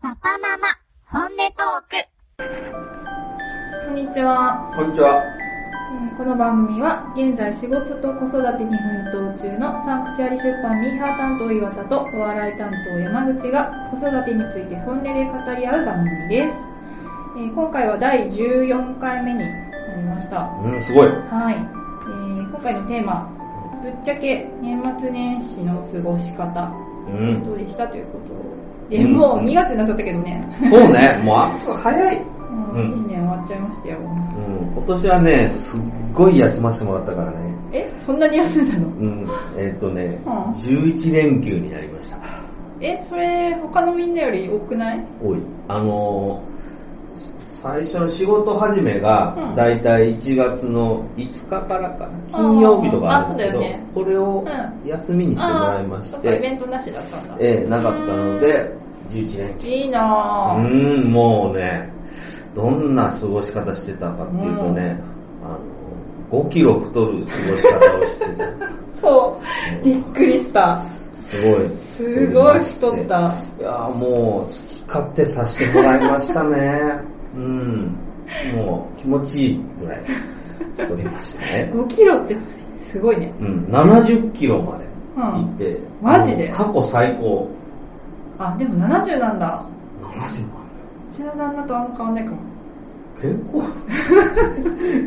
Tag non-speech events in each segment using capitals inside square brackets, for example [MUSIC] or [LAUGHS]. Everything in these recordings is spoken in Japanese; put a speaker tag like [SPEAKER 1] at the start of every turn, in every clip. [SPEAKER 1] パパママ、本音トーク。
[SPEAKER 2] こんにちは、
[SPEAKER 3] こんにちは。
[SPEAKER 2] えーこの番組は現在仕事と子育てに奮闘中のサンクチュアリ出版ミーハー担当岩田とお笑い担当山口が子育てについて本音で語り合う番組です、えー今回は第14回目になりました
[SPEAKER 3] うん、すごい。
[SPEAKER 2] はい、えー今回のテーマ「ぶっちゃけ年末年始の過ごし方
[SPEAKER 3] うん。
[SPEAKER 2] どうでした?」ということでもう2月になっちゃったけどね、
[SPEAKER 3] そうね、もう暑さ早い。
[SPEAKER 2] もう
[SPEAKER 3] うん
[SPEAKER 2] 新年終わっちゃいましたよ
[SPEAKER 3] うん、今年はね、すっごい休ませてもらったからね。
[SPEAKER 2] えそんなに休んだの
[SPEAKER 3] うん、えっ、とね、
[SPEAKER 2] うん
[SPEAKER 3] 11連休になりました。
[SPEAKER 2] えそれ他のみんなより多くない
[SPEAKER 3] おい。あのー最初の仕事始めが
[SPEAKER 2] うん、
[SPEAKER 3] だいたい1月の5日からかな、金曜日とかあるんですけ
[SPEAKER 2] あ
[SPEAKER 3] ど、
[SPEAKER 2] そうだよね
[SPEAKER 3] これを
[SPEAKER 2] う
[SPEAKER 3] 休みにしてもらいま
[SPEAKER 2] あ
[SPEAKER 3] し、
[SPEAKER 2] ーそってかイベントなしだったんだ
[SPEAKER 3] ええなかったので、11連休。
[SPEAKER 2] いいな
[SPEAKER 3] う
[SPEAKER 2] ぁ
[SPEAKER 3] ーん、もうね、どんな過ごし方してたかっていうとね、あの5キロ太る過ごし方
[SPEAKER 2] [LAUGHS]
[SPEAKER 3] をして
[SPEAKER 2] そうびっくりした
[SPEAKER 3] た。すごい。
[SPEAKER 2] すごいしとった。
[SPEAKER 3] いやーもう、好き勝手させてもらいまし
[SPEAKER 2] [LAUGHS]
[SPEAKER 3] たね。うん。もう、気持ちいいぐらい太りましたね。
[SPEAKER 2] 5キロってすごいね
[SPEAKER 3] うん、70キロまで
[SPEAKER 2] う
[SPEAKER 3] 行
[SPEAKER 2] ん
[SPEAKER 3] って、
[SPEAKER 2] マジで
[SPEAKER 3] もう過去最高。
[SPEAKER 2] あでも70なんだ
[SPEAKER 3] 70も
[SPEAKER 2] うちの旦那とあんま変わんないかも
[SPEAKER 3] 結構、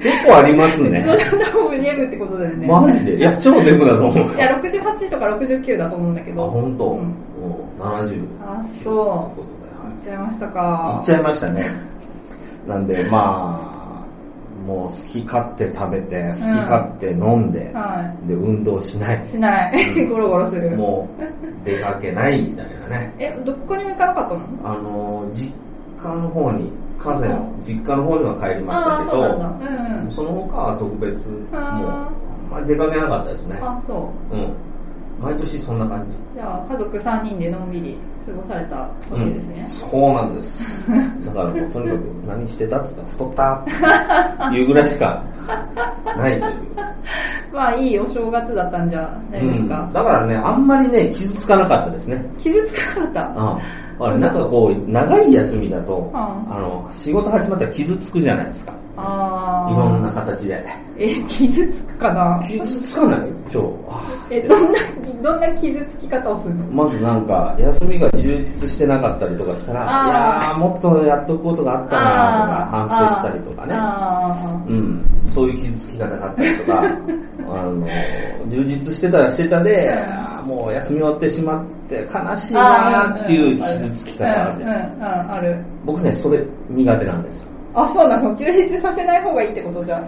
[SPEAKER 3] 結構あります
[SPEAKER 2] [LAUGHS] うちの
[SPEAKER 3] ね。
[SPEAKER 2] 旦那もネムってことだよね
[SPEAKER 3] マジでいや、超デブだと思うよ。
[SPEAKER 2] いや68とか69だと思うんだけ
[SPEAKER 3] あ、
[SPEAKER 2] ど
[SPEAKER 3] 本当。
[SPEAKER 2] うん
[SPEAKER 3] もう70。
[SPEAKER 2] あそ
[SPEAKER 3] と
[SPEAKER 2] う行
[SPEAKER 3] いうこ
[SPEAKER 2] っちゃいました
[SPEAKER 3] とで。はい。行
[SPEAKER 2] か
[SPEAKER 3] っちゃいましたね。なんで、まあ、もう好き勝手食べて、好き勝手飲んで、
[SPEAKER 2] は
[SPEAKER 3] で、運動しない
[SPEAKER 2] い。しないゴロゴロする
[SPEAKER 3] もう、出かけないみたいなね。
[SPEAKER 2] えどこにも行かなかったの
[SPEAKER 3] あのー、実家の方に、関西の実家の方には帰りまし
[SPEAKER 2] あ
[SPEAKER 3] た
[SPEAKER 2] あ
[SPEAKER 3] け
[SPEAKER 2] そうなん
[SPEAKER 3] ど、
[SPEAKER 2] だうんうん
[SPEAKER 3] その他は特別、もう、
[SPEAKER 2] あ
[SPEAKER 3] あんまり出かけなかったですね。
[SPEAKER 2] あそう
[SPEAKER 3] うん。毎年そんな感じ。
[SPEAKER 2] じゃあ家族3人でのんびり過ごされたわけですね、
[SPEAKER 3] そうな
[SPEAKER 2] [LAUGHS]
[SPEAKER 3] んです。だからもうとにかく何してたって言ったら太ったっていうぐらいしかないという。
[SPEAKER 2] まあいいお正月だったんじゃないです
[SPEAKER 3] う
[SPEAKER 2] か
[SPEAKER 3] ん、だからね、あんまりね、傷つかなかったですね。
[SPEAKER 2] 傷つかなかった
[SPEAKER 3] ああなんかこう、長い休みだと、
[SPEAKER 2] うん
[SPEAKER 3] あの、仕事始まったら傷つくじゃないですか。
[SPEAKER 2] ああ
[SPEAKER 3] いろんな形で。
[SPEAKER 2] え傷つくかな
[SPEAKER 3] 傷つかない超。あ
[SPEAKER 2] えどんなどんな傷つき方をするの
[SPEAKER 3] まずなんか、休みが充実してなかったりとかしたら、
[SPEAKER 2] あー
[SPEAKER 3] いやー、もっとやっとくことがあったな
[SPEAKER 2] あ
[SPEAKER 3] ーと
[SPEAKER 2] ー
[SPEAKER 3] か、反省したりとかね。
[SPEAKER 2] あ
[SPEAKER 3] うん、そういう傷つき方があったり
[SPEAKER 2] [LAUGHS]
[SPEAKER 3] とかあの充実してたらしてたであーもう休み終わってしまって悲しい
[SPEAKER 2] ーあ
[SPEAKER 3] なーっていう傷つき方がある
[SPEAKER 2] うん
[SPEAKER 3] じ
[SPEAKER 2] うん
[SPEAKER 3] ゃな
[SPEAKER 2] うん
[SPEAKER 3] いですか
[SPEAKER 2] ある
[SPEAKER 3] 僕ねそれ苦手なんですよ、
[SPEAKER 2] あそうなの充実させない方がいいってことじゃん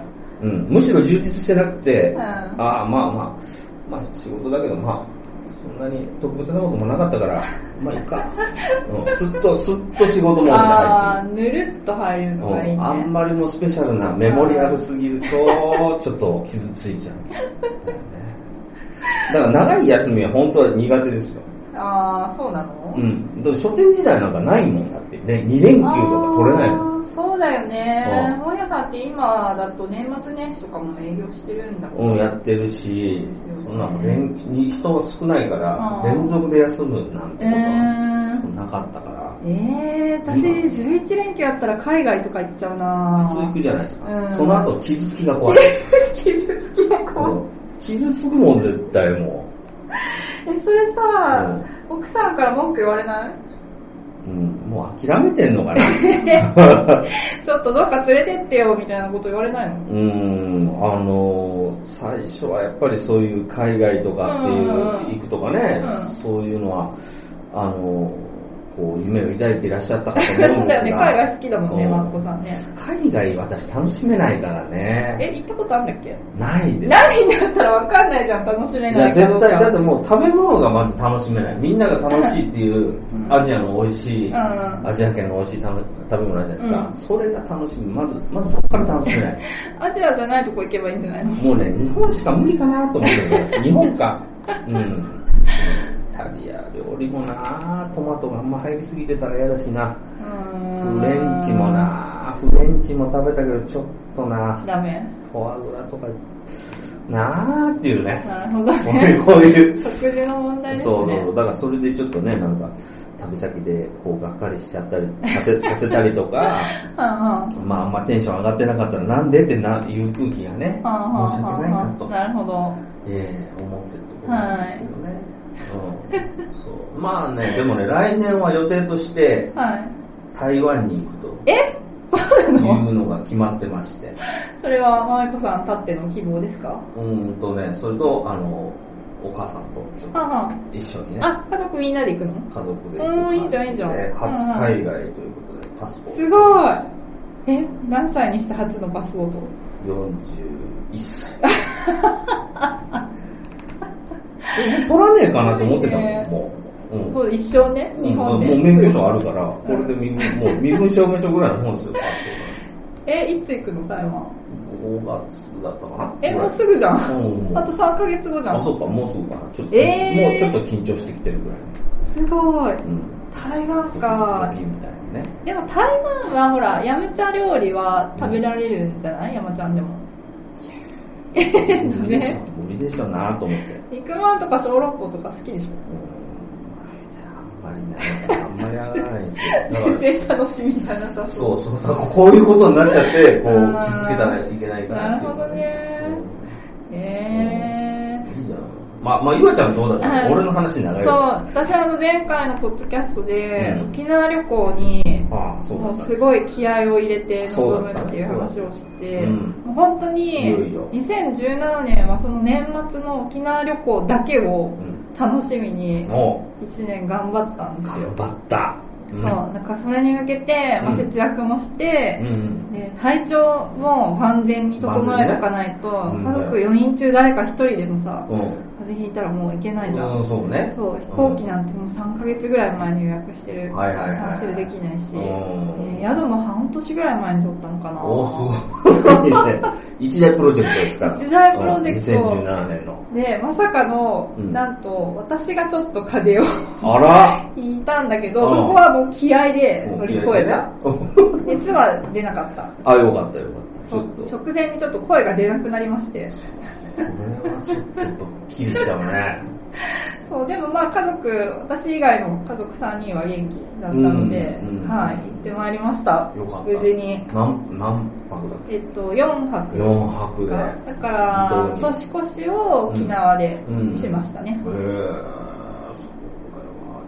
[SPEAKER 3] うん、むしろ充実してなくて、
[SPEAKER 2] うん
[SPEAKER 3] ああまあまあまあ仕事だけどまあそんなに特別なこともなかったからまあいいか、うん、すっとすっと仕事モードに入って
[SPEAKER 2] ああぬるっと入るのがいいね
[SPEAKER 3] うんあんまりもスペシャルなメモリアルすぎる
[SPEAKER 2] [LAUGHS]
[SPEAKER 3] とちょっと傷ついちゃうだから長い休みは本当は苦手ですよ、
[SPEAKER 2] ああそうなの
[SPEAKER 3] うん、だって書店時代なんかないもんだって、ね、2連休とか取れないもん
[SPEAKER 2] あーそうだよね
[SPEAKER 3] うん
[SPEAKER 2] 本屋さんって今だと年末年始とかも営業してるんだも
[SPEAKER 3] うんん、や
[SPEAKER 2] ね
[SPEAKER 3] ってるし
[SPEAKER 2] ですよね
[SPEAKER 3] そんなの連に人が少ないから
[SPEAKER 2] あー
[SPEAKER 3] 連続で休むな
[SPEAKER 2] う
[SPEAKER 3] んてことは
[SPEAKER 2] ーん
[SPEAKER 3] なかったから
[SPEAKER 2] えー、私
[SPEAKER 3] うん
[SPEAKER 2] 11連休あったら海外とか行っちゃうな
[SPEAKER 3] 普通行くじゃないです
[SPEAKER 2] う
[SPEAKER 3] か
[SPEAKER 2] ん
[SPEAKER 3] その後傷つきが怖い
[SPEAKER 2] 傷つきが怖い
[SPEAKER 3] うん傷つくもん絶対も
[SPEAKER 2] えそれ
[SPEAKER 3] う、う
[SPEAKER 2] さ
[SPEAKER 3] ん
[SPEAKER 2] 奥さんから文句言われない
[SPEAKER 3] うん、もう諦めてんのかな
[SPEAKER 2] ちょっとどっか連れてってよみたいなこと言われないの
[SPEAKER 3] うーん、あのー最初はやっぱりそういう海外とかってい
[SPEAKER 2] うん
[SPEAKER 3] う、
[SPEAKER 2] うんうん
[SPEAKER 3] 行くとかね、
[SPEAKER 2] うん
[SPEAKER 3] そういうのは、あのーこう、夢を抱いていらっしゃったかと思う
[SPEAKER 2] そ
[SPEAKER 3] ん
[SPEAKER 2] う
[SPEAKER 3] で
[SPEAKER 2] だ
[SPEAKER 3] す
[SPEAKER 2] よ
[SPEAKER 3] が、
[SPEAKER 2] ね海外好きだもんね
[SPEAKER 3] うん
[SPEAKER 2] マッコさんね
[SPEAKER 3] 海外私楽しめないからね、
[SPEAKER 2] え行ったことあるんだっけ
[SPEAKER 3] ないです。
[SPEAKER 2] 何だったらわかんないじゃん楽しめ
[SPEAKER 3] い
[SPEAKER 2] な
[SPEAKER 3] や
[SPEAKER 2] いかど
[SPEAKER 3] 絶
[SPEAKER 2] うか
[SPEAKER 3] 対、だってもう食べ物がまず楽しめない。みんなが楽しいっていう、アジアの美味しい、
[SPEAKER 2] うんうん
[SPEAKER 3] アジア圏の美味しい食べ食べ物あるじゃないですか。それが楽しみ。まず、まずそこから楽しめない。
[SPEAKER 2] アジアじゃないとこ行けばいいんじゃないの
[SPEAKER 3] もうね、日本しか無理かなと思ってるけ
[SPEAKER 2] [LAUGHS]
[SPEAKER 3] ど日本か。うん。イタリア料理もなトマトがあんま入りすぎてたら嫌だしな。フレンチもなフレンチも食べたけどちょっとな
[SPEAKER 2] ダメ
[SPEAKER 3] フォアグラとか、なーっていうね。
[SPEAKER 2] なるほど
[SPEAKER 3] こう
[SPEAKER 2] ね
[SPEAKER 3] いう、こういう。
[SPEAKER 2] 食事の問題ですね
[SPEAKER 3] そうそう。だからそれでちょっとね、なんか、旅先でこうがっかりしちゃったり
[SPEAKER 2] [LAUGHS]
[SPEAKER 3] させさせたりとか、
[SPEAKER 2] は
[SPEAKER 3] まあ、あんまテンション上がってなかったらなんでってないう空気がね
[SPEAKER 2] あはあ、はあはあ
[SPEAKER 3] 申し訳ないなと、
[SPEAKER 2] なるほど
[SPEAKER 3] ええ思ってるところなんですけどね、うん、そうまあねでもね来年は予定として
[SPEAKER 2] はい
[SPEAKER 3] 台湾に行くと
[SPEAKER 2] えそう
[SPEAKER 3] い
[SPEAKER 2] なの
[SPEAKER 3] うのが決まってまして
[SPEAKER 2] [LAUGHS] それはまめこさんたっての希望ですかは
[SPEAKER 3] うーんとねそれとあのお母さんとちょっ
[SPEAKER 2] あ
[SPEAKER 3] と
[SPEAKER 2] は
[SPEAKER 3] 一緒にね
[SPEAKER 2] ああ家族みんなで行くの
[SPEAKER 3] 家族で
[SPEAKER 2] おーいいじゃん
[SPEAKER 3] 感
[SPEAKER 2] いいじゃん
[SPEAKER 3] で初海外ということでパスポート
[SPEAKER 2] すごいえ何歳にして初のパスポート
[SPEAKER 3] 41歳 [LAUGHS] え取らねえかなと思ってたもんもう、うん
[SPEAKER 2] そう一生ね
[SPEAKER 3] うん
[SPEAKER 2] 日本で
[SPEAKER 3] もう免許証あるから、こ
[SPEAKER 2] ん
[SPEAKER 3] れで身分、もう身分証明書ぐらいの本ですよ。
[SPEAKER 2] えいつ行くの台湾
[SPEAKER 3] 5月だったかな。
[SPEAKER 2] えもうすぐじゃん
[SPEAKER 3] ぐらい。うん、
[SPEAKER 2] あと3ヶ月後じゃ
[SPEAKER 3] あ、
[SPEAKER 2] ん
[SPEAKER 3] そうか、もうすぐかな。ちょっと、
[SPEAKER 2] えー
[SPEAKER 3] もうちょっと緊張してきてるぐらい。
[SPEAKER 2] すごい
[SPEAKER 3] うん。
[SPEAKER 2] 台湾か
[SPEAKER 3] 旅みたいなね。
[SPEAKER 2] でも台湾はほらヤムチャ料理は食べられるんじゃない山ちゃんでも
[SPEAKER 3] 無理でしょ、無理でしょなと思って。うん
[SPEAKER 2] 肉まんとか小籠包とか好きでしょ
[SPEAKER 3] あんまりね、あんまり上がらないん
[SPEAKER 2] [LAUGHS]
[SPEAKER 3] ですけど。だ
[SPEAKER 2] 全
[SPEAKER 3] か
[SPEAKER 2] 然
[SPEAKER 3] ら
[SPEAKER 2] 楽しみじゃなさそう
[SPEAKER 3] そうそう、だからこういうことになっちゃって、
[SPEAKER 2] [LAUGHS]
[SPEAKER 3] こう、
[SPEAKER 2] うん
[SPEAKER 3] 傷つけたらいけないからって
[SPEAKER 2] なる
[SPEAKER 3] いう
[SPEAKER 2] ほどねえ
[SPEAKER 3] うんいいじゃん。まあ、まあ、ゆあちゃんどうだった
[SPEAKER 2] うん
[SPEAKER 3] の俺の話長
[SPEAKER 2] ー、
[SPEAKER 3] いけ
[SPEAKER 2] そう
[SPEAKER 3] ど
[SPEAKER 2] 私あの前回のポッドキャストで、
[SPEAKER 3] うん
[SPEAKER 2] 沖縄旅行に
[SPEAKER 3] ああ、そうだ
[SPEAKER 2] もう
[SPEAKER 3] った
[SPEAKER 2] すごい気合を入れて
[SPEAKER 3] そ
[SPEAKER 2] 臨む
[SPEAKER 3] うだった
[SPEAKER 2] っていう話をして、
[SPEAKER 3] うん
[SPEAKER 2] もう本当に
[SPEAKER 3] いよいよ
[SPEAKER 2] 2017年はその年末の沖縄旅行だけを
[SPEAKER 3] うん。
[SPEAKER 2] 楽しみに
[SPEAKER 3] も
[SPEAKER 2] 1年頑張ってたん
[SPEAKER 3] う、
[SPEAKER 2] ですよ
[SPEAKER 3] 頑張った。
[SPEAKER 2] そうなんかそれに向けて、ま
[SPEAKER 3] う
[SPEAKER 2] あ、
[SPEAKER 3] ん
[SPEAKER 2] 節約もして、
[SPEAKER 3] うん。うん。
[SPEAKER 2] で体調も万全に整えとかないと、
[SPEAKER 3] 万全ね
[SPEAKER 2] 家族4人中誰か1人でもさ、
[SPEAKER 3] うん。
[SPEAKER 2] 風邪ひいたらもう行けないじゃん、
[SPEAKER 3] うん、そうね。
[SPEAKER 2] そう飛行機なんてもう3ヶ月ぐらい前に予約してる、
[SPEAKER 3] はいはいはい
[SPEAKER 2] キャンセルできないし、
[SPEAKER 3] うん
[SPEAKER 2] で宿も半年ぐらい前に取ったのかな
[SPEAKER 3] おー、すごいね。一大プロジェクトですから。
[SPEAKER 2] 一大プロジェクト
[SPEAKER 3] うん2017年の。
[SPEAKER 2] でまさかの、
[SPEAKER 3] うん
[SPEAKER 2] なんと私がちょっと風邪を [LAUGHS]
[SPEAKER 3] あら
[SPEAKER 2] ひいたんだけど、
[SPEAKER 3] うん
[SPEAKER 2] そこはもう気合で乗り越えた、
[SPEAKER 3] うん
[SPEAKER 2] 熱は出なかった
[SPEAKER 3] あ、よかったよかった。ち
[SPEAKER 2] そ
[SPEAKER 3] ょ
[SPEAKER 2] う
[SPEAKER 3] っと。こ
[SPEAKER 2] 直前にちょっと声が出なくなりまして
[SPEAKER 3] れはちょっとドッキリしちゃうね。
[SPEAKER 2] そうでもまあ家族私以外の家族3人は元気だったので、
[SPEAKER 3] うんうん
[SPEAKER 2] はい、行ってまいりました
[SPEAKER 3] よかった
[SPEAKER 2] 無事に
[SPEAKER 3] 何、何泊だっ
[SPEAKER 2] えっと4泊
[SPEAKER 3] け ?4 泊で。
[SPEAKER 2] かだか
[SPEAKER 3] 本
[SPEAKER 2] ら
[SPEAKER 3] 当に
[SPEAKER 2] 年越しを沖縄で
[SPEAKER 3] うん
[SPEAKER 2] しましたね、
[SPEAKER 3] へえー、そうだよな。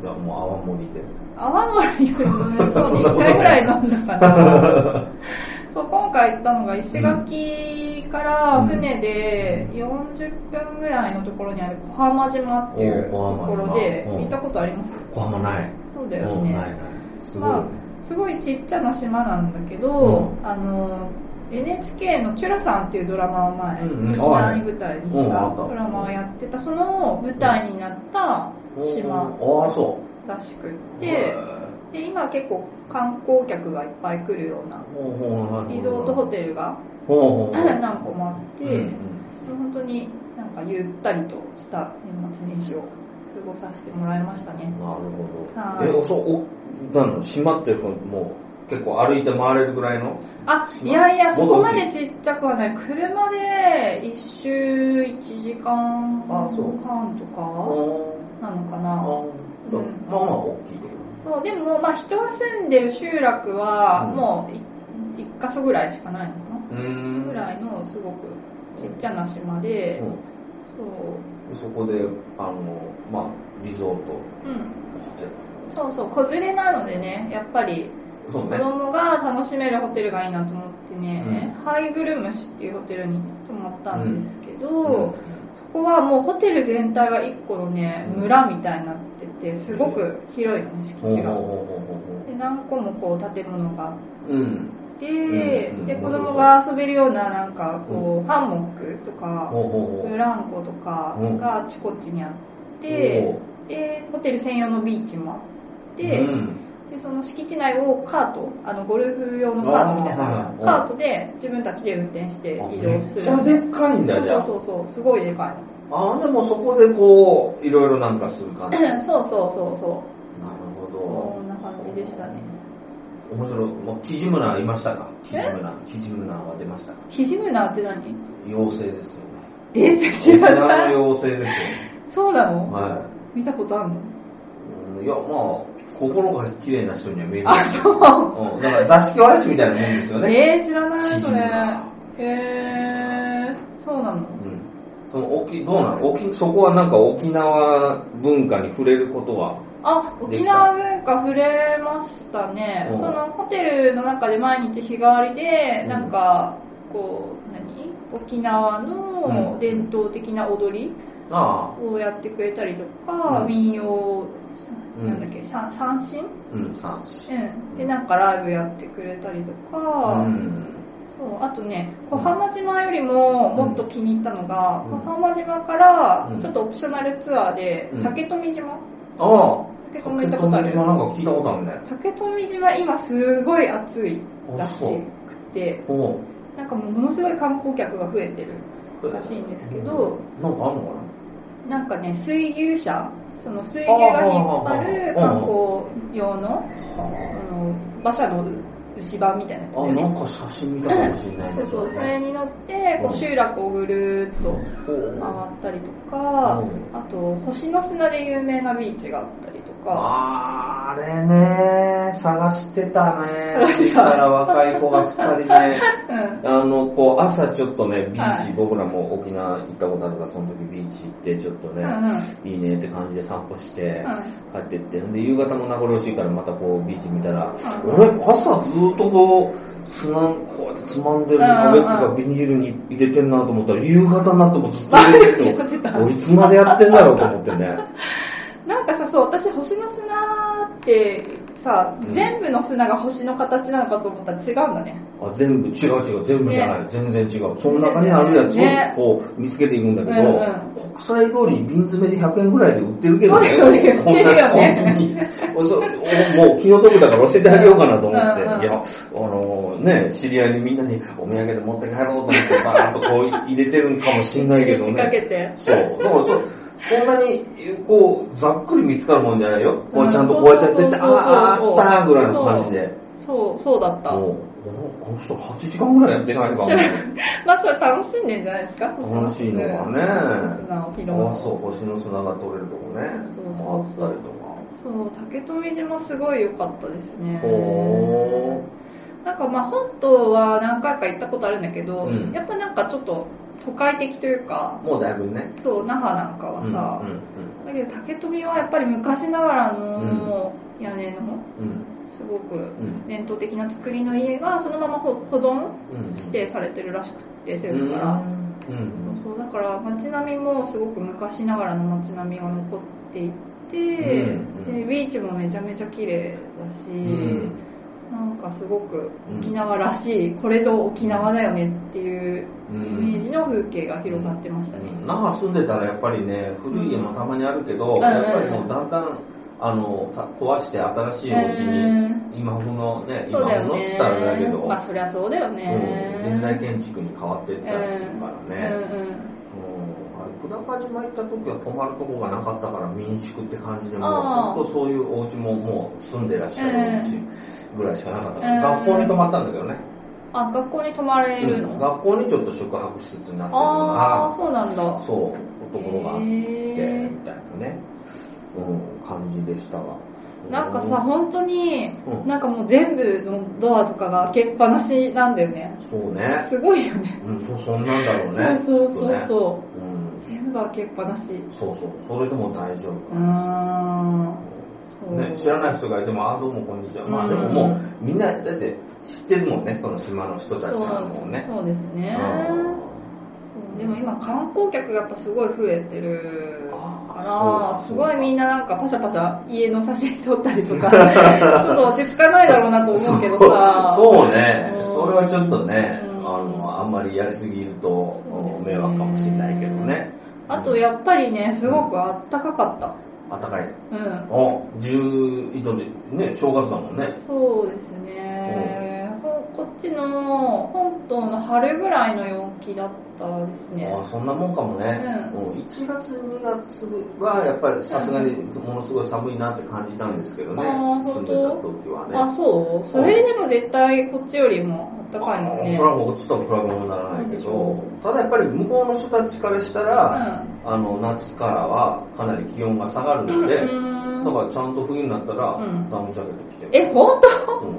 [SPEAKER 3] じゃあもう泡盛で。
[SPEAKER 2] 泡盛はそ
[SPEAKER 3] [LAUGHS] そ
[SPEAKER 2] うんね1
[SPEAKER 3] なこと
[SPEAKER 2] 回ぐらい飲んだからそう今回行ったのが石垣から船で40分ぐらいのところにある小浜島っていうと
[SPEAKER 3] お小
[SPEAKER 2] こ
[SPEAKER 3] 浜島
[SPEAKER 2] ろで
[SPEAKER 3] うん
[SPEAKER 2] 行ったことあります
[SPEAKER 3] 小浜ない。
[SPEAKER 2] そうだよ
[SPEAKER 3] うん、ない
[SPEAKER 2] ね
[SPEAKER 3] ない。すごいね。
[SPEAKER 2] すごいちっちゃな島なんだけど、
[SPEAKER 3] う
[SPEAKER 2] あの NHK の「チュラさん」っていうドラマを前、
[SPEAKER 3] うんうん
[SPEAKER 2] 沖縄に舞台にし
[SPEAKER 3] あ
[SPEAKER 2] た
[SPEAKER 3] はいうんあった
[SPEAKER 2] ドラマをやってたその舞台になった島
[SPEAKER 3] ああ、そ
[SPEAKER 2] らしくっ
[SPEAKER 3] う。
[SPEAKER 2] てで今結構観光客がいっぱい来るような
[SPEAKER 3] ほうほうなるほど
[SPEAKER 2] リゾートホテルが
[SPEAKER 3] ほうほう
[SPEAKER 2] [LAUGHS] 何個もあって、
[SPEAKER 3] うんうん
[SPEAKER 2] 本当になんかゆったりとした年末年始を過ごさせてもらいましたね
[SPEAKER 3] な
[SPEAKER 2] は
[SPEAKER 3] るほど。え、
[SPEAKER 2] い
[SPEAKER 3] おそおなんの島ってこうもう結構歩いて回れるぐらいの
[SPEAKER 2] あいやいやそこまでちっちゃくはない車で一周1時間
[SPEAKER 3] あそう
[SPEAKER 2] 半と
[SPEAKER 3] あ
[SPEAKER 2] か
[SPEAKER 3] ー
[SPEAKER 2] なのか
[SPEAKER 3] あ
[SPEAKER 2] なうん
[SPEAKER 3] ーまあまあ大きいけど。
[SPEAKER 2] そうでもまあ人が住んでる集落は
[SPEAKER 3] うん
[SPEAKER 2] もうい一箇所ぐらいしかないのか
[SPEAKER 3] うー
[SPEAKER 2] なぐ
[SPEAKER 3] ん。
[SPEAKER 2] らいのすごくちっちゃな島でそう
[SPEAKER 3] うんそこで、あの、まあ、リゾート、ホ
[SPEAKER 2] うん
[SPEAKER 3] テ
[SPEAKER 2] そうそう子連れなのでねやっぱり
[SPEAKER 3] ル。そう
[SPEAKER 2] 子
[SPEAKER 3] ね。
[SPEAKER 2] 供が楽しめるホテルがいいなと思ってね、ハイブルムシっていうホテルに泊まったんですけど、そこはもうホテル全体が1個のね
[SPEAKER 3] うん
[SPEAKER 2] 村みたいになっててすごく広いのね
[SPEAKER 3] うん
[SPEAKER 2] 敷地
[SPEAKER 3] ほうほう
[SPEAKER 2] が
[SPEAKER 3] ほうほう
[SPEAKER 2] で何個もこう建物があ
[SPEAKER 3] ほう。うん。
[SPEAKER 2] って、
[SPEAKER 3] うんうん
[SPEAKER 2] で
[SPEAKER 3] 面
[SPEAKER 2] 子
[SPEAKER 3] 白そう
[SPEAKER 2] 供が遊べるようななんかこう、ハンモックとか
[SPEAKER 3] ほうほうほう
[SPEAKER 2] ブランコとか
[SPEAKER 3] うん
[SPEAKER 2] があちこちにあって、でホテル専用のビーチもあって、
[SPEAKER 3] うん、
[SPEAKER 2] でその敷地内をカートあのゴルフ用のカートみたいなのあるじゃん
[SPEAKER 3] あーはい
[SPEAKER 2] カートで自分たちで運転して移動す
[SPEAKER 3] め
[SPEAKER 2] る
[SPEAKER 3] っちゃでっかいんだじゃあ
[SPEAKER 2] そうそうそうそうすごいでかい [CLEARS THROAT]
[SPEAKER 3] あでもそこでこういろいろなんかする感じなる
[SPEAKER 2] そうそうそうそ
[SPEAKER 3] ほ
[SPEAKER 2] こんな感じでしたね
[SPEAKER 3] ど面白いもうキジムナーいましたかキジムナーキジムナーは出ましたか
[SPEAKER 2] うひじむなって何
[SPEAKER 3] 妖精ですよね
[SPEAKER 2] え知ら
[SPEAKER 3] 沖縄
[SPEAKER 2] ない
[SPEAKER 3] の妖精ですよね
[SPEAKER 2] そうなの
[SPEAKER 3] は
[SPEAKER 2] 見たことあるの
[SPEAKER 3] い、うんいやまあ心が綺麗な人には見える
[SPEAKER 2] あ、そ
[SPEAKER 3] うんだから座敷わらしみたいなもんですよ
[SPEAKER 2] う。え
[SPEAKER 3] ね、
[SPEAKER 2] ー、知らないそ
[SPEAKER 3] 縮む
[SPEAKER 2] れ
[SPEAKER 3] な。
[SPEAKER 2] えー、そうなの
[SPEAKER 3] うん、その沖どうなの沖そこはなんか沖縄文化に触れることは
[SPEAKER 2] あ、沖
[SPEAKER 3] できた
[SPEAKER 2] 縄文化触れましたね。
[SPEAKER 3] うん
[SPEAKER 2] そのホテルの中で毎日日替わりで、
[SPEAKER 3] うん
[SPEAKER 2] なんか、こう、何沖縄
[SPEAKER 3] う
[SPEAKER 2] の
[SPEAKER 3] ん
[SPEAKER 2] 伝統的な踊り
[SPEAKER 3] あ
[SPEAKER 2] をやってくれたりとか、
[SPEAKER 3] うん
[SPEAKER 2] 民謡、
[SPEAKER 3] うん
[SPEAKER 2] なんだっけ、三三振
[SPEAKER 3] あうんさ
[SPEAKER 2] うん。で、なんかライブやってくれたりとか、
[SPEAKER 3] うん
[SPEAKER 2] そうあとね小浜島よりももっと気に入ったのが、
[SPEAKER 3] うん
[SPEAKER 2] 小浜島から
[SPEAKER 3] うん
[SPEAKER 2] ちょっとオプショナルツアーで、
[SPEAKER 3] うん
[SPEAKER 2] 竹富島
[SPEAKER 3] ああ
[SPEAKER 2] 竹富行
[SPEAKER 3] 竹
[SPEAKER 2] ったことあ
[SPEAKER 3] 富
[SPEAKER 2] る
[SPEAKER 3] 島なんか聞いたことあるね
[SPEAKER 2] 竹富島今すごい暑い
[SPEAKER 3] あ
[SPEAKER 2] らし
[SPEAKER 3] そう
[SPEAKER 2] くて
[SPEAKER 3] おう
[SPEAKER 2] なんかもうものすごい観光客が増えてるらしいんですけど
[SPEAKER 3] なんかあんの
[SPEAKER 2] なんかね水牛車その水牛が引っ張る
[SPEAKER 3] ああああああ
[SPEAKER 2] 観光用の
[SPEAKER 3] かな
[SPEAKER 2] あ
[SPEAKER 3] は
[SPEAKER 2] の馬車の牛版みたいなやつ
[SPEAKER 3] あ
[SPEAKER 2] だ
[SPEAKER 3] あ
[SPEAKER 2] よ
[SPEAKER 3] な
[SPEAKER 2] ね
[SPEAKER 3] んか写真見たかもしれない
[SPEAKER 2] そう
[SPEAKER 3] ね
[SPEAKER 2] そうそ
[SPEAKER 3] れ
[SPEAKER 2] れに乗ってこう集落をぐるーっと
[SPEAKER 3] ほう
[SPEAKER 2] 回ったりとか、
[SPEAKER 3] うん
[SPEAKER 2] あと星の砂で有名なビーチがあったりとか
[SPEAKER 3] あーあれね探してたね
[SPEAKER 2] 探してた
[SPEAKER 3] たら若い子が2
[SPEAKER 2] [LAUGHS]
[SPEAKER 3] 人ね
[SPEAKER 2] うん
[SPEAKER 3] あのこう朝ちょっとねビーチ、
[SPEAKER 2] はい
[SPEAKER 3] 僕らも沖縄行ったことあるからその時ビーチ行ってちょっとね、
[SPEAKER 2] う
[SPEAKER 3] いいねって感じで散歩して
[SPEAKER 2] うん
[SPEAKER 3] 帰ってって、で夕方も名残惜しいからまたこうビーチ見たら、俺朝ずっとこうつまんこうやってつまんでる
[SPEAKER 2] うんうん
[SPEAKER 3] バ
[SPEAKER 2] うん
[SPEAKER 3] ゲットがビニールに入れてんなと思ったら夕方になってもずっと入れ
[SPEAKER 2] [LAUGHS]
[SPEAKER 3] てるのおいつまでやってんだろうと思ってね
[SPEAKER 2] なんかさそう私星の砂ってさ、
[SPEAKER 3] うん
[SPEAKER 2] 全部の砂が星の形なのかと思ったら違うんだね
[SPEAKER 3] あ全部違う違う全部じゃない、全然違うその中にあるやつ
[SPEAKER 2] ね
[SPEAKER 3] をこう見つけていくんだけど、
[SPEAKER 2] うんうん
[SPEAKER 3] 国際通りに瓶詰めで100円ぐらいで売ってるけど
[SPEAKER 2] そうだよね
[SPEAKER 3] こんなコン
[SPEAKER 2] [LAUGHS]
[SPEAKER 3] ビニおそうおもう気の毒だから教えてあげようかなと思って、
[SPEAKER 2] うんうんうん
[SPEAKER 3] いやあのね知り合いにみんなにお土産で持って帰ろうと思ってバーッとこう入れてるんかもしんないけ
[SPEAKER 2] [LAUGHS]
[SPEAKER 3] ど
[SPEAKER 2] 仕掛け
[SPEAKER 3] ね
[SPEAKER 2] て
[SPEAKER 3] そうだからそうそんなにこうざっくり見つかるもんじゃないよこ
[SPEAKER 2] う
[SPEAKER 3] うんちゃんとこうやってやってっ
[SPEAKER 2] そ
[SPEAKER 3] て
[SPEAKER 2] うそうそうそう
[SPEAKER 3] あーあったーぐらいの感じで。
[SPEAKER 2] そうそうだった
[SPEAKER 3] もうこの人8時間ぐらいやってないのか
[SPEAKER 2] 知らまあそれ楽しんでんじゃないですか星
[SPEAKER 3] 楽しいのかね
[SPEAKER 2] うん星の砂を拾う
[SPEAKER 3] なあそう星の砂が取れるとこね
[SPEAKER 2] そうそうそう
[SPEAKER 3] あったりとか
[SPEAKER 2] そう竹富島すごい良かったですね
[SPEAKER 3] ほ
[SPEAKER 2] なんかまあ本島は何回か行ったことあるんだけど、
[SPEAKER 3] うん
[SPEAKER 2] やっぱなんかちょっと都会的というか
[SPEAKER 3] うもうだいぶね
[SPEAKER 2] そう那覇なんかはさ、
[SPEAKER 3] うん
[SPEAKER 2] だけど竹富はやっぱり昔ながらの、
[SPEAKER 3] うん
[SPEAKER 2] もう屋根の
[SPEAKER 3] うんうん
[SPEAKER 2] すごく
[SPEAKER 3] うん
[SPEAKER 2] 伝統的な作りの家がそのまま保保存
[SPEAKER 3] うんうん
[SPEAKER 2] してされてるらしくて
[SPEAKER 3] う
[SPEAKER 2] 政
[SPEAKER 3] ん
[SPEAKER 2] 府から、
[SPEAKER 3] うん
[SPEAKER 2] そうだから街並みもすごく昔ながらの街並みが残っていて、
[SPEAKER 3] うんうん
[SPEAKER 2] でビーチもめちゃめちゃ綺麗だし、
[SPEAKER 3] うん
[SPEAKER 2] なんかすごく
[SPEAKER 3] うん
[SPEAKER 2] 沖縄らしい、これぞ沖縄だよねっていう
[SPEAKER 3] う
[SPEAKER 2] イ
[SPEAKER 3] ん
[SPEAKER 2] メージの風景が広がってましたね、
[SPEAKER 3] 那覇住んでたらやっぱりね古い家もたまにあるけど、
[SPEAKER 2] うん
[SPEAKER 3] やっぱりもうだんだんあのた壊して新しいお家に、
[SPEAKER 2] うん
[SPEAKER 3] 今風のね
[SPEAKER 2] そう
[SPEAKER 3] 今
[SPEAKER 2] だ
[SPEAKER 3] 風
[SPEAKER 2] よ
[SPEAKER 3] のっ
[SPEAKER 2] ね
[SPEAKER 3] つったらあれだけど、
[SPEAKER 2] まあそりゃそうだよね、
[SPEAKER 3] うん現代建築に変わっていったりするからね、
[SPEAKER 2] うんうん
[SPEAKER 3] もうあれ久高島行った時は泊まるとこがなかったから民宿って感じでもう
[SPEAKER 2] あー
[SPEAKER 3] ほんとそういうお家ももう住んでらっしゃるお家ぐらいしかなかったか
[SPEAKER 2] うん
[SPEAKER 3] ら、学校に泊まったんだけどね、
[SPEAKER 2] あ学校に泊まれるの、
[SPEAKER 3] うん
[SPEAKER 2] あ
[SPEAKER 3] 学校にちょっと宿泊施設になってるよう
[SPEAKER 2] あ
[SPEAKER 3] な
[SPEAKER 2] そうなんだ
[SPEAKER 3] そうところがあって
[SPEAKER 2] へえ
[SPEAKER 3] みたいなね、うん、感じでしたわ
[SPEAKER 2] なんかさ本当に
[SPEAKER 3] うん
[SPEAKER 2] なんかもう全部のドアとかが開けっぱなしなんだよね
[SPEAKER 3] そうね、
[SPEAKER 2] すごいよね
[SPEAKER 3] うん、そうそんなんだろうね
[SPEAKER 2] そうそう
[SPEAKER 3] き
[SPEAKER 2] そ
[SPEAKER 3] っ
[SPEAKER 2] う
[SPEAKER 3] とね
[SPEAKER 2] そう
[SPEAKER 3] う
[SPEAKER 2] 全
[SPEAKER 3] ん、
[SPEAKER 2] 部開けっぱなし
[SPEAKER 3] そうそうそれでも大丈夫
[SPEAKER 2] うーんそう
[SPEAKER 3] ね、知らない人がいても、あ、どうもこんにちは。まあ、でももう、みんな、だって知ってるもんね、その島の人たち
[SPEAKER 2] そう
[SPEAKER 3] は
[SPEAKER 2] なん
[SPEAKER 3] もうね。
[SPEAKER 2] そうですねそう
[SPEAKER 3] う
[SPEAKER 2] でも今観光客がやっぱすごい増えてる
[SPEAKER 3] あ
[SPEAKER 2] か
[SPEAKER 3] ーそう
[SPEAKER 2] ら
[SPEAKER 3] か
[SPEAKER 2] すごいみんななんかパシャパシャ家の写真撮ったり
[SPEAKER 3] [LAUGHS]
[SPEAKER 2] とかちょっと落ち着かないだろうなと
[SPEAKER 3] ん
[SPEAKER 2] 思うけどさ
[SPEAKER 3] そうそうね
[SPEAKER 2] う、ん
[SPEAKER 3] それはちょっとね、あ
[SPEAKER 2] うん
[SPEAKER 3] の、あんまりやりすぎると
[SPEAKER 2] そうですね
[SPEAKER 3] 迷惑かもしれないけどね。
[SPEAKER 2] あとやっぱりねすごくあったかかった
[SPEAKER 3] 暖かい。
[SPEAKER 2] うん
[SPEAKER 3] お、11度で、ね、正月だもんね。
[SPEAKER 2] そうですねほこっちの本島の春ぐらいの陽気だったですね
[SPEAKER 3] あそんなもんかもね、
[SPEAKER 2] う
[SPEAKER 3] うん、1月2月はやっぱりさすがにものすごい寒いなって感じたんですけどね、
[SPEAKER 2] あー
[SPEAKER 3] 住んでた時はね
[SPEAKER 2] あそうそれでも絶対こっちよりもあったかいもんね
[SPEAKER 3] それはもうちょっと比べ物にならない
[SPEAKER 2] そう
[SPEAKER 3] け
[SPEAKER 2] で
[SPEAKER 3] どただやっぱり向こうの人たちからしたら、あの夏からはかなり気温が下がるので、
[SPEAKER 2] うん
[SPEAKER 3] だからちゃんと冬になったら、
[SPEAKER 2] うん
[SPEAKER 3] ダウンジャケット着てる
[SPEAKER 2] え本当
[SPEAKER 3] うん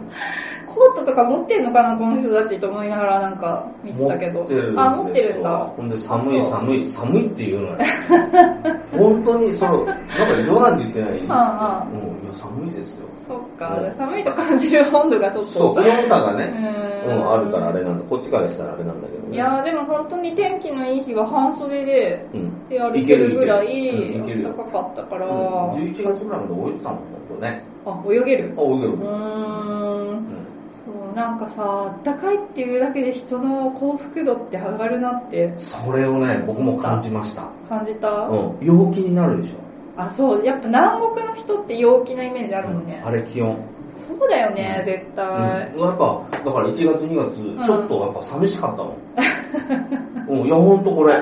[SPEAKER 2] コートとか持ってんのかなこの人たちと思いながらなんか見てたけど
[SPEAKER 3] 持ってるんですよ
[SPEAKER 2] あ持ってるんだ
[SPEAKER 3] ほんで寒い
[SPEAKER 2] そう
[SPEAKER 3] 寒い寒いって言う
[SPEAKER 2] [LAUGHS]
[SPEAKER 3] のよ本当にそのなんか冗談で言ってないうん
[SPEAKER 2] あ
[SPEAKER 3] いや寒いですよ
[SPEAKER 2] そっか
[SPEAKER 3] うん
[SPEAKER 2] 寒いと感じる温度がちょっと
[SPEAKER 3] そう気温差がね
[SPEAKER 2] う
[SPEAKER 3] うんんあるからあれなんだこっちからしたらあれなんだけどね
[SPEAKER 2] いやーでも本当に天気のいい日は半袖で
[SPEAKER 3] うん
[SPEAKER 2] で歩けるぐら
[SPEAKER 3] いけるいけるうんいけ
[SPEAKER 2] い
[SPEAKER 3] るよ
[SPEAKER 2] 暖かかったから、
[SPEAKER 3] 11月ぐらいまで泳いでたもんねこれね
[SPEAKER 2] あ泳げる
[SPEAKER 3] あ泳げる
[SPEAKER 2] うーん
[SPEAKER 3] うん
[SPEAKER 2] そうなんかさ暖かいっていうだけで人の幸福度って上がるなって
[SPEAKER 3] それをね僕も感じました
[SPEAKER 2] 感じた、
[SPEAKER 3] うん陽気になるでしょ
[SPEAKER 2] あそうやっぱ南国の人って陽気なイメージあるもんね、
[SPEAKER 3] あれ気温
[SPEAKER 2] そうだよね、
[SPEAKER 3] うん
[SPEAKER 2] 絶対、
[SPEAKER 3] うん、やっぱだから1月2
[SPEAKER 2] ん
[SPEAKER 3] 月ちょっとやっぱ寂しかったもん、うん、いやほんとこれ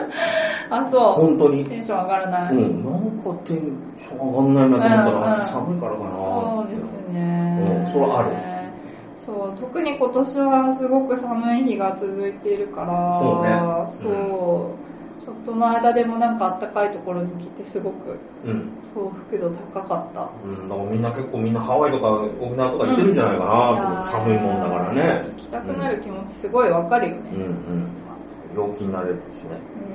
[SPEAKER 2] あそ
[SPEAKER 3] 本当に
[SPEAKER 2] うテンション上がらない、
[SPEAKER 3] うんなんかテンション上がんないなと思ったら、
[SPEAKER 2] うんうん
[SPEAKER 3] あ寒いからかな
[SPEAKER 2] そうです
[SPEAKER 3] う
[SPEAKER 2] ね
[SPEAKER 3] ん、それはある
[SPEAKER 2] そう特に今年はすごく寒い日が続いているから
[SPEAKER 3] そ
[SPEAKER 2] そ
[SPEAKER 3] うね
[SPEAKER 2] うちょっとの間でもなんかあったかいところに来てすごく
[SPEAKER 3] うん、
[SPEAKER 2] 幸福度高かった
[SPEAKER 3] うん、だからみんな結構みんなハワイとか沖縄とか行ってるんじゃないかなと思っ
[SPEAKER 2] い
[SPEAKER 3] て、寒い
[SPEAKER 2] やー
[SPEAKER 3] もんだからね
[SPEAKER 2] 行きたくなる気持ちすごいわかるよね
[SPEAKER 3] うん、うん陽気になれるし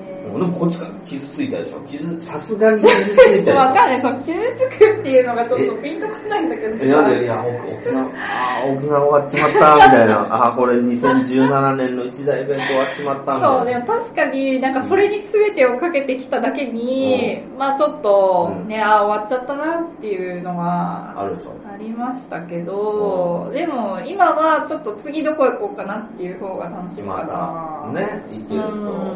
[SPEAKER 3] ね、
[SPEAKER 2] ね
[SPEAKER 3] でもこっちから傷ついたでしょ傷さすがに傷ついたでし
[SPEAKER 2] [LAUGHS] ちょ
[SPEAKER 3] ょ
[SPEAKER 2] っとわかんないその傷つくっていうのがちょっとピンとこないんだけどさ
[SPEAKER 3] えなんで、いや、お沖縄、あー沖縄終わっちまった、み
[SPEAKER 2] [LAUGHS]
[SPEAKER 3] たいな。あーこれ2017年の一大イベント終わっちまった、みたいな。
[SPEAKER 2] そうでも確かになんかそれに全てをかけてきただけに、まあちょっとね、あ終わっちゃったなっていうのは
[SPEAKER 3] あるでしょ。
[SPEAKER 2] ありましたけど、でも今はちょっと次どこ行こうかなっていう方が楽しみ
[SPEAKER 3] ま
[SPEAKER 2] かな、
[SPEAKER 3] た、ね、行けると、
[SPEAKER 2] うん
[SPEAKER 3] もう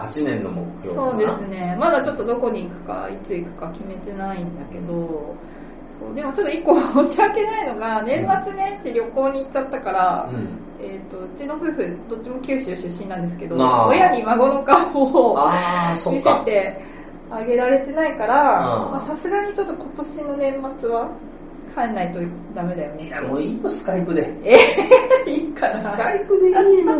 [SPEAKER 3] 2018年の目標
[SPEAKER 2] そう
[SPEAKER 3] か
[SPEAKER 2] で
[SPEAKER 3] な
[SPEAKER 2] すねまだちょっとどこに行くかいつ行くか決めてないんだけどそうでもちょっと一個申し訳ないのが年末年始旅行に行っちゃったから、
[SPEAKER 3] うん。
[SPEAKER 2] えー、とうちの夫婦どっちも九州出身なんですけど
[SPEAKER 3] あー
[SPEAKER 2] 親に孫の顔を
[SPEAKER 3] ああ、そ
[SPEAKER 2] 見
[SPEAKER 3] っ
[SPEAKER 2] せ
[SPEAKER 3] か。
[SPEAKER 2] てあげられてないか
[SPEAKER 3] あ
[SPEAKER 2] ら
[SPEAKER 3] ー
[SPEAKER 2] まあさすがにちょっと今年の年末は帰んないとダメだよ
[SPEAKER 3] [LAUGHS] い
[SPEAKER 2] ね
[SPEAKER 3] や、もういいよ、スカイプで。
[SPEAKER 2] いいか
[SPEAKER 3] ス
[SPEAKER 2] な [LAUGHS]
[SPEAKER 3] カイプでいいの。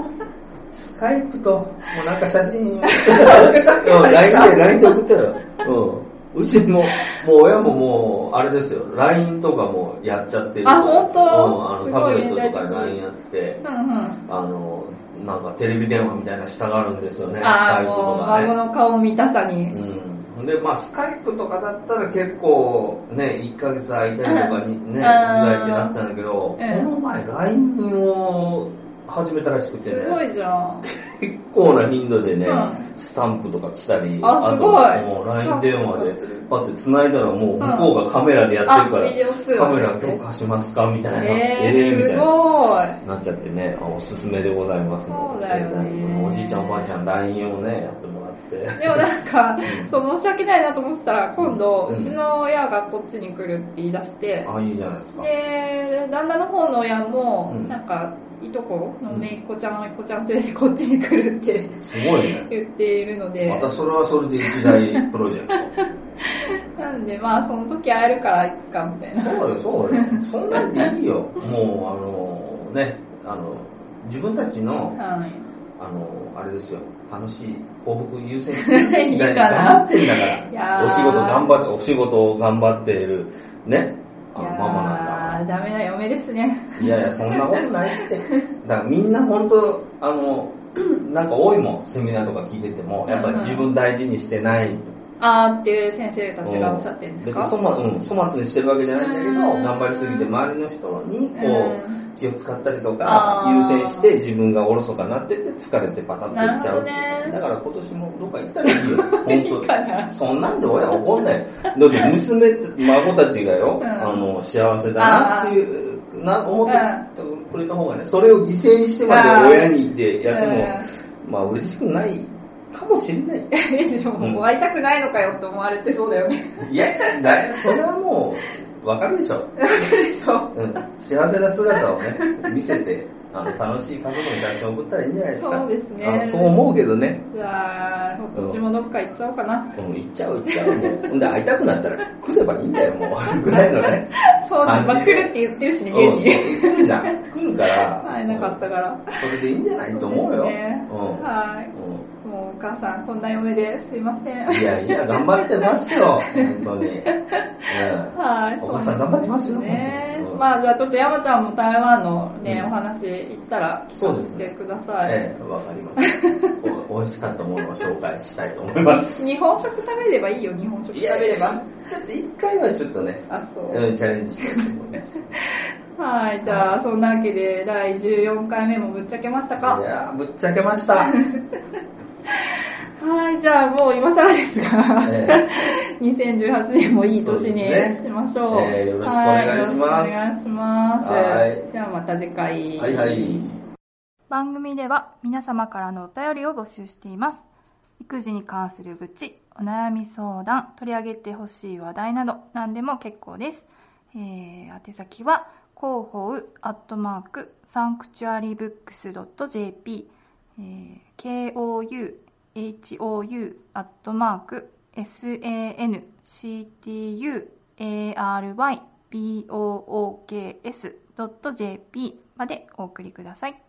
[SPEAKER 3] スカイプと、もうなんか写真、 [LAUGHS] うん、LINE [LAUGHS] で、LINE で送ってるよ。うん。うちも、もう親ももう、あれですよ、LINE とかもやっちゃってる。
[SPEAKER 2] あ本当
[SPEAKER 3] うん、あの、
[SPEAKER 2] す
[SPEAKER 3] タ
[SPEAKER 2] ご
[SPEAKER 3] ブ
[SPEAKER 2] い
[SPEAKER 3] レ
[SPEAKER 2] ね
[SPEAKER 3] ットとかで LINE やって、
[SPEAKER 2] うんうん
[SPEAKER 3] あの、なんかテレビ電話みたいな下があるんですよね、ス
[SPEAKER 2] あ
[SPEAKER 3] カ
[SPEAKER 2] あ
[SPEAKER 3] イプ
[SPEAKER 2] も
[SPEAKER 3] と
[SPEAKER 2] う
[SPEAKER 3] かね
[SPEAKER 2] 孫。の顔見たさに、
[SPEAKER 3] うん、でまあスカイプとかだったら結構ね1ヶ月空いたりとかにね
[SPEAKER 2] うん
[SPEAKER 3] ぐらいってなったんだけど、
[SPEAKER 2] うん
[SPEAKER 3] この前 LINE を始めたらしくて
[SPEAKER 2] すご
[SPEAKER 3] ね
[SPEAKER 2] いじゃん
[SPEAKER 3] 結構な頻度でね、
[SPEAKER 2] うん
[SPEAKER 3] スタンプとか来たり
[SPEAKER 2] あ
[SPEAKER 3] と
[SPEAKER 2] すごい
[SPEAKER 3] もう LINE 電
[SPEAKER 2] スタンプ
[SPEAKER 3] 話で
[SPEAKER 2] 使ってる
[SPEAKER 3] パッて繋いだらもう向こうがカメラでやってるから、
[SPEAKER 2] あビデオ通
[SPEAKER 3] カ
[SPEAKER 2] 話
[SPEAKER 3] メ
[SPEAKER 2] で
[SPEAKER 3] ラ
[SPEAKER 2] すね
[SPEAKER 3] 今日貸しますかみたいな
[SPEAKER 2] え
[SPEAKER 3] えーみ
[SPEAKER 2] ー、
[SPEAKER 3] た
[SPEAKER 2] す
[SPEAKER 3] いな
[SPEAKER 2] ごい
[SPEAKER 3] なっちゃってねあおすすめでございますので
[SPEAKER 2] そうだよね
[SPEAKER 3] おじいちゃんおばあちゃん LINE をねやってもら
[SPEAKER 2] [LAUGHS]
[SPEAKER 3] って。
[SPEAKER 2] でもなんかそう申し訳ないなと思ってたら今度、
[SPEAKER 3] う
[SPEAKER 2] うんちの親がこっちに来るって言い出して
[SPEAKER 3] あいいじゃないですか
[SPEAKER 2] で旦那の方の親も、
[SPEAKER 3] うん
[SPEAKER 2] なんかいとこの姪っ子ちゃん甥っ子ちゃん連れてこっちに来るって
[SPEAKER 3] すごいね
[SPEAKER 2] 言っているので
[SPEAKER 3] またそれはそれで一大プロジェクト
[SPEAKER 2] なんでまあその時会えるからいっかみたいな
[SPEAKER 3] [LAUGHS] そうだよそうだよそんなんでいいよもうあのねあの自分たちの
[SPEAKER 2] はい
[SPEAKER 3] あのあれですよ楽しい幸福優先して [LAUGHS]
[SPEAKER 2] い
[SPEAKER 3] 時
[SPEAKER 2] いか
[SPEAKER 3] 代
[SPEAKER 2] な
[SPEAKER 3] に頑張ってんだか
[SPEAKER 2] い
[SPEAKER 3] ら
[SPEAKER 2] やー
[SPEAKER 3] お仕事頑張ってお仕事を頑張っているねあ
[SPEAKER 2] い
[SPEAKER 3] の
[SPEAKER 2] やー
[SPEAKER 3] ママなんだ
[SPEAKER 2] ダメな嫁ですね
[SPEAKER 3] いやいやそんなことないってだからみんな本当あのなんか多いもんセミナーとか聞いててもやっぱり自分大事にしてないと
[SPEAKER 2] あーっていう先生たちがおっしゃってるんですか
[SPEAKER 3] 別に粗末,、うん、粗末にしてるわけじゃないんだけど
[SPEAKER 2] うん
[SPEAKER 3] 頑張りすぎて周りの人にこ
[SPEAKER 2] う
[SPEAKER 3] う気を使ったりとか
[SPEAKER 2] あー
[SPEAKER 3] 優先して自分がおろそかになってて疲れてパタッといっちゃうっていう
[SPEAKER 2] なるほどね
[SPEAKER 3] だから今年もどっか行ったらいいよ本
[SPEAKER 2] いい
[SPEAKER 3] 当
[SPEAKER 2] か
[SPEAKER 3] に
[SPEAKER 2] な
[SPEAKER 3] そんなんで親怒んないよだって娘って孫たちがよ、
[SPEAKER 2] うん
[SPEAKER 3] あの幸せだなっていうな思ってくれた方がねそれを犠牲にしてまで親に行ってやってもまあ嬉しくないかもしれない
[SPEAKER 2] うん、でも会いたくないのかよって思われてそうだよね
[SPEAKER 3] いやいやだいそれはもうわかるでしょ
[SPEAKER 2] そう
[SPEAKER 3] うん、幸せな姿をね見せてあの楽しい家族の写真を送ったらいいんじゃないですか
[SPEAKER 2] そうですね
[SPEAKER 3] あの [LAUGHS] そう思うけどね、
[SPEAKER 2] じゃあ今年もどっか行っちゃおうかな
[SPEAKER 3] うん、行っちゃう行っちゃうもうほんで会いたくなったら来ればいいんだ
[SPEAKER 2] [LAUGHS]
[SPEAKER 3] よもうぐらいのね
[SPEAKER 2] そうだ、まあ、
[SPEAKER 3] 感じ
[SPEAKER 2] 来
[SPEAKER 3] で
[SPEAKER 2] るって言ってるしね
[SPEAKER 3] うん
[SPEAKER 2] 現
[SPEAKER 3] そう
[SPEAKER 2] に
[SPEAKER 3] 来るじゃん来るから
[SPEAKER 2] 会えなかったから
[SPEAKER 3] それでいいんじゃないと思うよ
[SPEAKER 2] そですね
[SPEAKER 3] うん
[SPEAKER 2] はい
[SPEAKER 3] うん
[SPEAKER 2] もうもうお母さんこんな嫁ですいません
[SPEAKER 3] いやいや、頑張ってますよ、本当に。うん
[SPEAKER 2] はい
[SPEAKER 3] お母さん頑張ってますよ
[SPEAKER 2] そうなんですね
[SPEAKER 3] うん
[SPEAKER 2] まあじゃあちょっと山ちゃんも台湾のね、
[SPEAKER 3] うん
[SPEAKER 2] お話行ったら
[SPEAKER 3] そう
[SPEAKER 2] 聞
[SPEAKER 3] で
[SPEAKER 2] か
[SPEAKER 3] す
[SPEAKER 2] せて
[SPEAKER 3] ね
[SPEAKER 2] ください、
[SPEAKER 3] ええ、わかりました。お美味しかったものを紹介したいと思います。
[SPEAKER 2] 日本食食べればいいよ日本食食べれば
[SPEAKER 3] ちょっと一回はちょっとね、
[SPEAKER 2] あそう、
[SPEAKER 3] うん、チャレンジしたいと思います。い
[SPEAKER 2] はいじゃあそんなわけで第14回目もぶっちゃけましたか
[SPEAKER 3] やー、ぶっちゃけました。
[SPEAKER 2] [LAUGHS] はいじゃあもう今更ですが、
[SPEAKER 3] え
[SPEAKER 2] 2018年もいい
[SPEAKER 3] そう
[SPEAKER 2] 年
[SPEAKER 3] で
[SPEAKER 2] に
[SPEAKER 3] すね
[SPEAKER 2] しましょう
[SPEAKER 3] えーよろしくお願いします
[SPEAKER 2] はいよろしくお願いします
[SPEAKER 3] はい
[SPEAKER 2] ではまた次回
[SPEAKER 3] はいはい。
[SPEAKER 2] 番組では皆様からのお便りを募集しています育児に関する愚痴お悩み相談取り上げてほしい話題など何でも結構です、えー、宛先は広報アットマークサンクチュアリーブックス .jp、えー、kouhou アットマーク sanctuarybooks.jp までお送りください